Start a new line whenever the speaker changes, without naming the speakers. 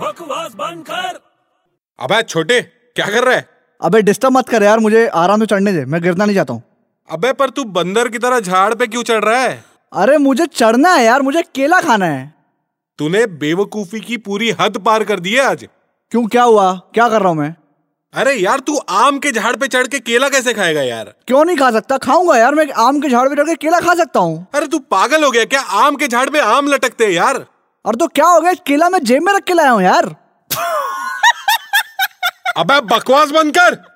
बकवास बंद कर
अबे छोटे क्या कर रहा है
अबे डिस्टर्ब मत कर यार मुझे आराम से चढ़ने दे मैं गिरना नहीं चाहता हूँ
अबे पर तू बंदर की तरह झाड़ पे क्यों चढ़ रहा है
अरे मुझे चढ़ना है यार मुझे केला खाना है
तूने बेवकूफी की पूरी हद पार कर दी है आज
क्यों क्या हुआ क्या कर रहा हूँ मैं
अरे यार तू आम के झाड़ पे चढ़ के केला कैसे खाएगा यार
क्यों नहीं खा सकता खाऊंगा यार मैं आम के झाड़ पे चढ़ के केला खा सकता हूँ
अरे तू पागल हो गया क्या आम के झाड़ पे आम लटकते हैं यार
और तो क्या हो गया इस केला मैं जेब में रख के लाया हूँ यार
अबे बकवास बंद कर